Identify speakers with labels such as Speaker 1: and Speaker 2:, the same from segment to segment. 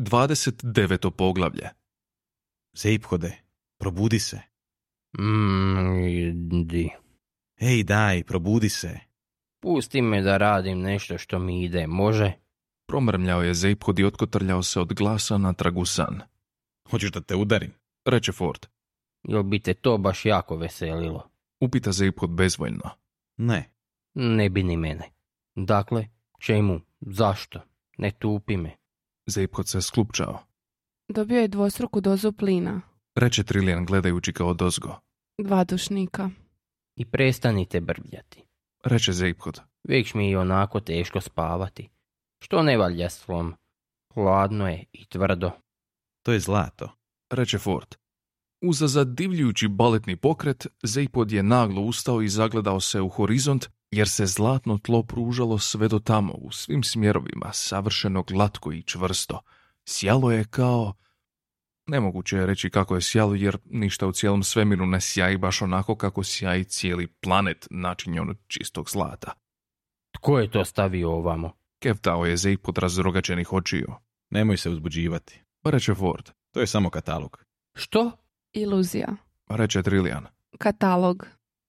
Speaker 1: 29. poglavlje.
Speaker 2: Zeiphode, probudi se.
Speaker 3: Mm, di.
Speaker 2: Ej, daj, probudi se.
Speaker 3: Pusti me da radim nešto što mi ide, može?
Speaker 1: Promrmljao je Zeiphod i otkotrljao se od glasa na tragu san.
Speaker 2: Hoćeš da te udarim?
Speaker 1: Reče Ford.
Speaker 3: Jel bi te to baš jako veselilo?
Speaker 1: Upita Zeiphod bezvoljno.
Speaker 2: Ne.
Speaker 3: Ne bi ni mene. Dakle, čemu? Zašto? Ne tupi me.
Speaker 1: Zeiphod se sklupčao.
Speaker 4: Dobio je dvostruku dozu plina,
Speaker 1: Reče Trilijan gledajući kao dozgo.
Speaker 4: dva dušnika.
Speaker 3: I prestanite brbljati.
Speaker 1: Reče Zeiphod.
Speaker 3: Već mi je i onako teško spavati. Što ne valja slom? Hladno je i tvrdo.
Speaker 2: To je zlato.
Speaker 1: Reče Ford. Uza zadivljujući baletni pokret, Zeiphod je naglo ustao i zagledao se u horizont, jer se zlatno tlo pružalo sve do tamo, u svim smjerovima, savršeno glatko i čvrsto. Sjalo je kao... Nemoguće je reći kako je sjalo, jer ništa u cijelom svemiru ne sjaji baš onako kako sjaji cijeli planet načinjen od čistog zlata.
Speaker 3: Tko je to stavio ovamo?
Speaker 1: Keftao je Zeiphod razrogačenih očiju.
Speaker 2: Nemoj se uzbuđivati.
Speaker 1: Reče Ford.
Speaker 2: To je samo katalog.
Speaker 3: Što?
Speaker 4: Iluzija.
Speaker 1: Reče Trilijan.
Speaker 4: Katalog.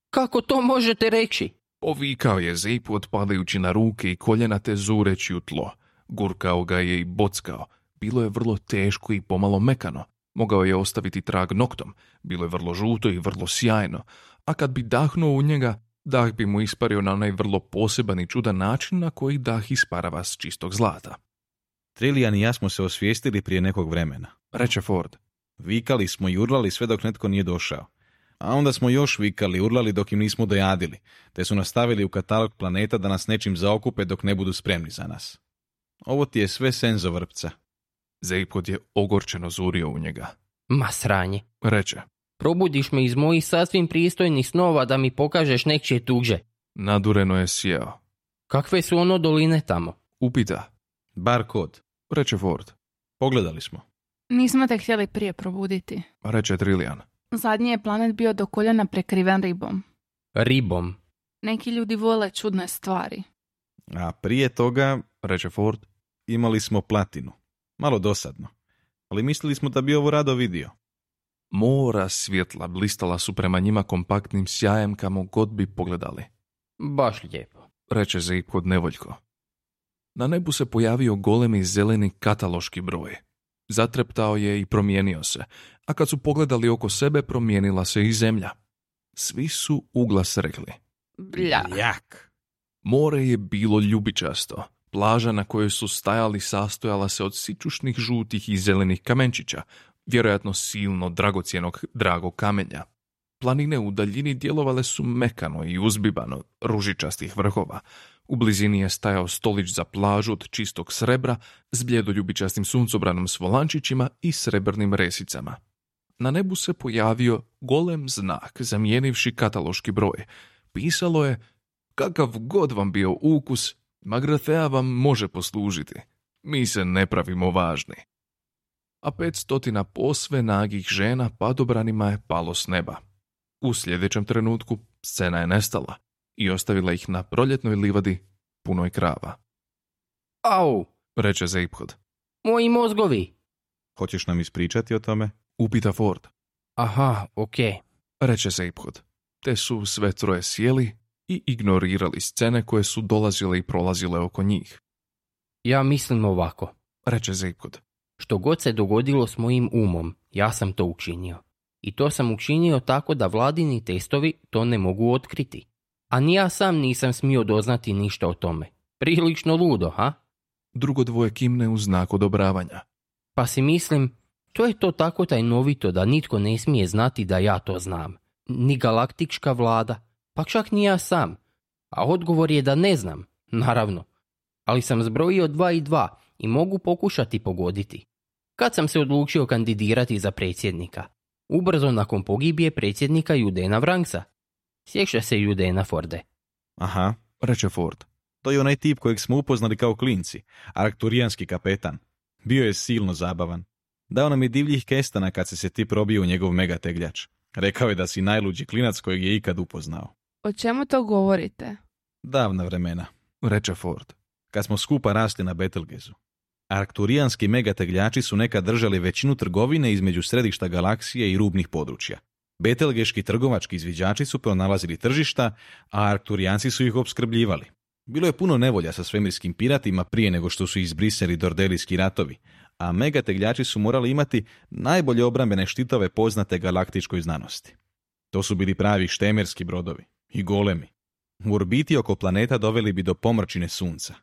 Speaker 3: Kako to možete reći?
Speaker 1: Ovikao je Zeipu otpadajući na ruke i koljena te zureći u tlo. Gurkao ga je i bockao. Bilo je vrlo teško i pomalo mekano. Mogao je ostaviti trag noktom. Bilo je vrlo žuto i vrlo sjajno. A kad bi dahnuo u njega, dah bi mu ispario na onaj vrlo poseban i čudan način na koji dah isparava s čistog zlata.
Speaker 2: Trilijan i ja smo se osvijestili prije nekog vremena.
Speaker 1: Reče Ford.
Speaker 2: Vikali smo i urlali sve dok netko nije došao. A onda smo još vikali i urlali dok im nismo dojadili, te su nastavili u katalog planeta da nas nečim zaokupe dok ne budu spremni za nas. Ovo ti je sve senzo vrpca.
Speaker 1: Zeipod je ogorčeno zurio u njega.
Speaker 3: Ma sranje.
Speaker 1: Reče.
Speaker 3: Probudiš me iz mojih sasvim pristojnih snova da mi pokažeš nečije tuđe.
Speaker 1: Nadureno je sjeo.
Speaker 3: Kakve su ono doline tamo?
Speaker 1: Upita.
Speaker 2: Bar kod.
Speaker 1: Reče Ford.
Speaker 2: Pogledali smo.
Speaker 4: Nismo te htjeli prije probuditi.
Speaker 1: Reče Trilijan.
Speaker 4: Zadnji je planet bio do koljena prekriven ribom.
Speaker 3: Ribom.
Speaker 4: Neki ljudi vole čudne stvari.
Speaker 2: A prije toga
Speaker 1: Reče Ford.
Speaker 2: imali smo platinu. Malo dosadno. Ali mislili smo da bi ovo rado vidio.
Speaker 1: Mora svjetla blistala su prema njima kompaktnim sjajem kamo god bi pogledali,
Speaker 3: Baš lijepo.
Speaker 1: reče Zeiphod nevoljko. Na nebu se pojavio golemi zeleni kataloški broj. Zatreptao je i promijenio se, a kad su pogledali oko sebe promijenila se i zemlja. Svi su uglas rekli.
Speaker 4: Blja.
Speaker 2: Jak!
Speaker 1: More je bilo ljubičasto. Plaža na kojoj su stajali sastojala se od sičušnih žutih i zelenih kamenčića, vjerojatno silno dragocjenog drago kamenja. Planine u daljini djelovale su mekano i uzbibano ružičastih vrhova. U blizini je stajao stolić za plažu od čistog srebra s bljedoljubičastim suncobranom s volančićima i srebrnim resicama. Na nebu se pojavio golem znak zamijenivši kataloški broj. Pisalo je kakav god vam bio ukus, Magrathea vam može poslužiti. Mi se ne pravimo važni. A petstotina posve nagih žena padobranima je palo s neba. U sljedećem trenutku scena je nestala i ostavila ih na proljetnoj livadi punoj krava,
Speaker 3: Au,
Speaker 1: reče Zeiphod.
Speaker 3: moji mozgovi.
Speaker 2: Hoćeš nam ispričati o tome?
Speaker 1: Upita Ford,
Speaker 3: Aha, okej.
Speaker 1: reče Zeiphod. Te su sve troje sjeli i ignorirali scene koje su dolazile i prolazile oko njih,
Speaker 3: Ja mislim ovako.
Speaker 1: reče Zeiphod.
Speaker 3: Što god se dogodilo s mojim umom, ja sam to učinio. I to sam učinio tako da vladini testovi to ne mogu otkriti. A ni ja sam nisam smio doznati ništa o tome. Prilično ludo, ha?
Speaker 1: Drugo dvoje kimne u znak odobravanja.
Speaker 3: Pa si mislim, to je to tako tajnovito da nitko ne smije znati da ja to znam. Ni galaktička vlada, pa čak ni ja sam. A odgovor je da ne znam, naravno. Ali sam zbrojio dva i dva i mogu pokušati pogoditi. Kad sam se odlučio kandidirati za predsjednika? Ubrzo nakon pogibije predsjednika Judena Vranksa. Sjeća se Judena Forde.
Speaker 2: Aha,
Speaker 1: reče Ford.
Speaker 2: To je onaj tip kojeg smo upoznali kao klinci, arkturijanski kapetan. Bio je silno zabavan. Dao nam je divljih kestana kad si se ti probio u njegov megategljač. Rekao je da si najluđi klinac kojeg je ikad upoznao.
Speaker 4: O čemu to govorite?
Speaker 2: Davna vremena,
Speaker 1: reče Ford.
Speaker 2: kad smo skupa rasli na Betelgezu. Arkturijanski megategljači su nekad držali većinu trgovine između središta galaksije i rubnih područja. Betelgeški trgovački izviđači su pronalazili tržišta, a Arkturijanci su ih opskrbljivali. Bilo je puno nevolja sa svemirskim piratima prije nego što su izbrisali dordelijski ratovi, a megategljači su morali imati najbolje obrambene štitove poznate galaktičkoj znanosti. To su bili pravi štemerski brodovi i golemi. U orbiti oko planeta doveli bi do pomrčine sunca.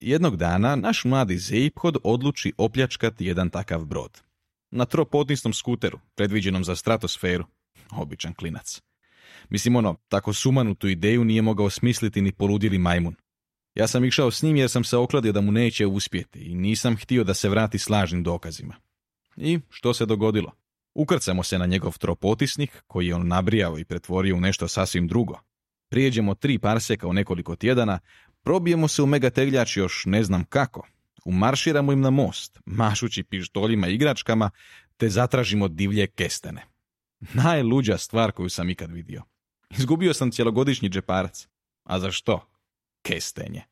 Speaker 2: Jednog dana naš mladi Zeiphod odluči opljačkati jedan takav brod. Na tropotisnom skuteru, predviđenom za stratosferu. Običan klinac. Mislim ono, tako sumanutu ideju nije mogao smisliti ni poludili majmun. Ja sam išao s njim jer sam se okladio da mu neće uspjeti i nisam htio da se vrati s lažnim dokazima. I što se dogodilo? Ukrcamo se na njegov tropotisnik, koji je on nabrijao i pretvorio u nešto sasvim drugo. Prijeđemo tri parseka u nekoliko tjedana, probijemo se u megategljač još ne znam kako. Umarširamo im na most, mašući pištoljima i igračkama, te zatražimo divlje kestene. Najluđa stvar koju sam ikad vidio. Izgubio sam cjelogodišnji džeparac. A za što? Kestenje.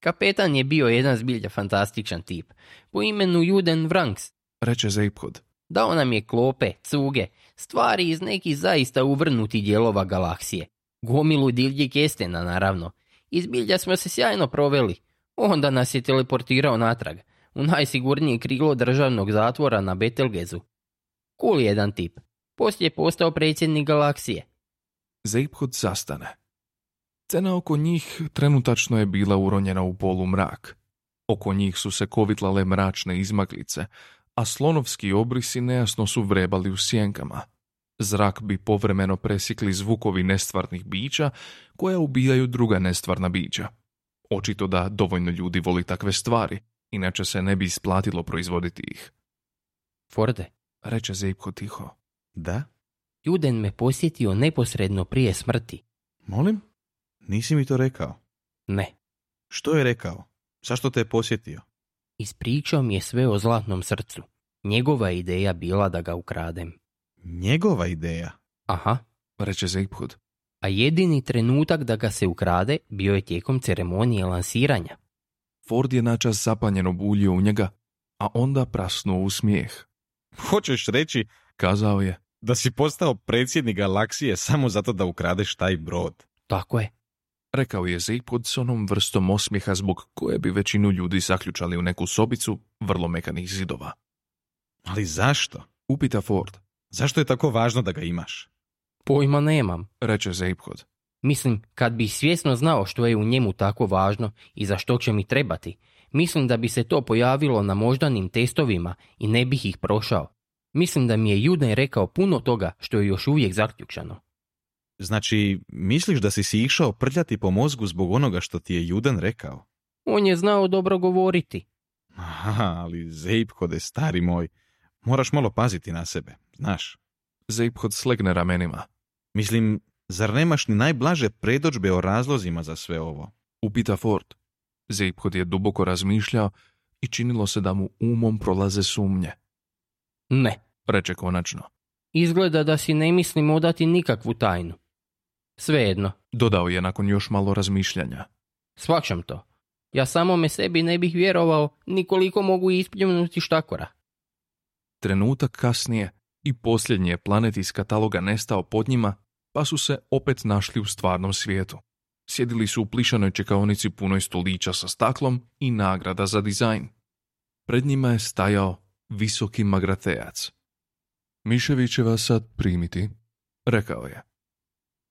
Speaker 3: Kapetan je bio jedan zbilja fantastičan tip, po imenu Juden Vranks.
Speaker 1: reče Zeiphod.
Speaker 3: Dao nam je klope, cuge, stvari iz nekih zaista uvrnuti dijelova galaksije. Gomilu divljih kestena, naravno. I zbilja smo se sjajno proveli. Onda nas je teleportirao natrag, u najsigurnije krilo državnog zatvora na Betelgezu. Cool jedan tip. Poslije je postao predsjednik galaksije.
Speaker 1: Zeiphod zastane. Cena oko njih trenutačno je bila uronjena u polu mrak. Oko njih su se kovitlale mračne izmaglice, a slonovski obrisi nejasno su vrebali u sjenkama. Zrak bi povremeno presjekli zvukovi nestvarnih bića koja ubijaju druga nestvarna bića. Očito da dovoljno ljudi voli takve stvari, inače se ne bi isplatilo proizvoditi ih,
Speaker 3: Forde,
Speaker 1: reče Zeipko tiho.
Speaker 2: Da?
Speaker 3: Juden me posjetio neposredno prije smrti.
Speaker 2: Molim? Nisi mi to rekao.
Speaker 3: Ne,
Speaker 2: Što je rekao? Zašto te je posjetio?
Speaker 3: ispričao mi je sve o zlatnom srcu. Njegova je ideja bila da ga ukradem.
Speaker 2: Njegova ideja.
Speaker 3: Aha,
Speaker 1: Reče Zeiphod.
Speaker 3: a jedini trenutak da ga se ukrade bio je tijekom ceremonije lansiranja.
Speaker 1: Ford je načas zapanjeno buljio u njega, a onda prasnuo u smijeh.
Speaker 2: Hoćeš reći
Speaker 1: Kazao je,
Speaker 2: da si postao predsjednik galaksije samo zato da ukradeš taj brod?
Speaker 3: Tako je,
Speaker 1: rekao je Zeiphod s onom vrstom osmijeha zbog koje bi većinu ljudi zaključali u neku sobicu vrlo mekanih zidova.
Speaker 2: Ali zašto?
Speaker 1: Upita Ford,
Speaker 2: Zašto je tako važno da ga imaš?
Speaker 3: pojma nemam.
Speaker 1: reče Zeiphod.
Speaker 3: Mislim, kad bi svjesno znao što je u njemu tako važno i za što će mi trebati, mislim da bi se to pojavilo na moždanim testovima i ne bih ih prošao. Mislim da mi je Juden rekao puno toga što je još uvijek zaključano.
Speaker 2: Znači, misliš da si si išao prljati po mozgu zbog onoga što ti je Judan rekao?
Speaker 3: On je znao dobro govoriti.
Speaker 2: Aha, ali Zeipkode, stari moj, moraš malo paziti na sebe, znaš.
Speaker 1: Zeiphod slegne ramenima,
Speaker 2: Mislim, zar nemaš ni najblaže predođbe o razlozima za sve ovo?
Speaker 1: upita Ford. Zeiphod je duboko razmišljao i činilo se da mu umom prolaze sumnje,
Speaker 3: Ne,
Speaker 1: reče konačno.
Speaker 3: Izgleda da si ne mislim odati nikakvu tajnu. Svejedno,
Speaker 1: Dodao je nakon još malo razmišljanja.
Speaker 3: shvaćam to. Ja samome sebi ne bih vjerovao nikoliko mogu ispljunuti štakora.
Speaker 1: Trenutak kasnije i posljednji je planet iz kataloga nestao pod njima, pa su se opet našli u stvarnom svijetu. Sjedili su u plišanoj čekaonici punoj stolića sa staklom i nagrada za dizajn. Pred njima je stajao visoki magratejac. Miševiće vas sad primiti, rekao je.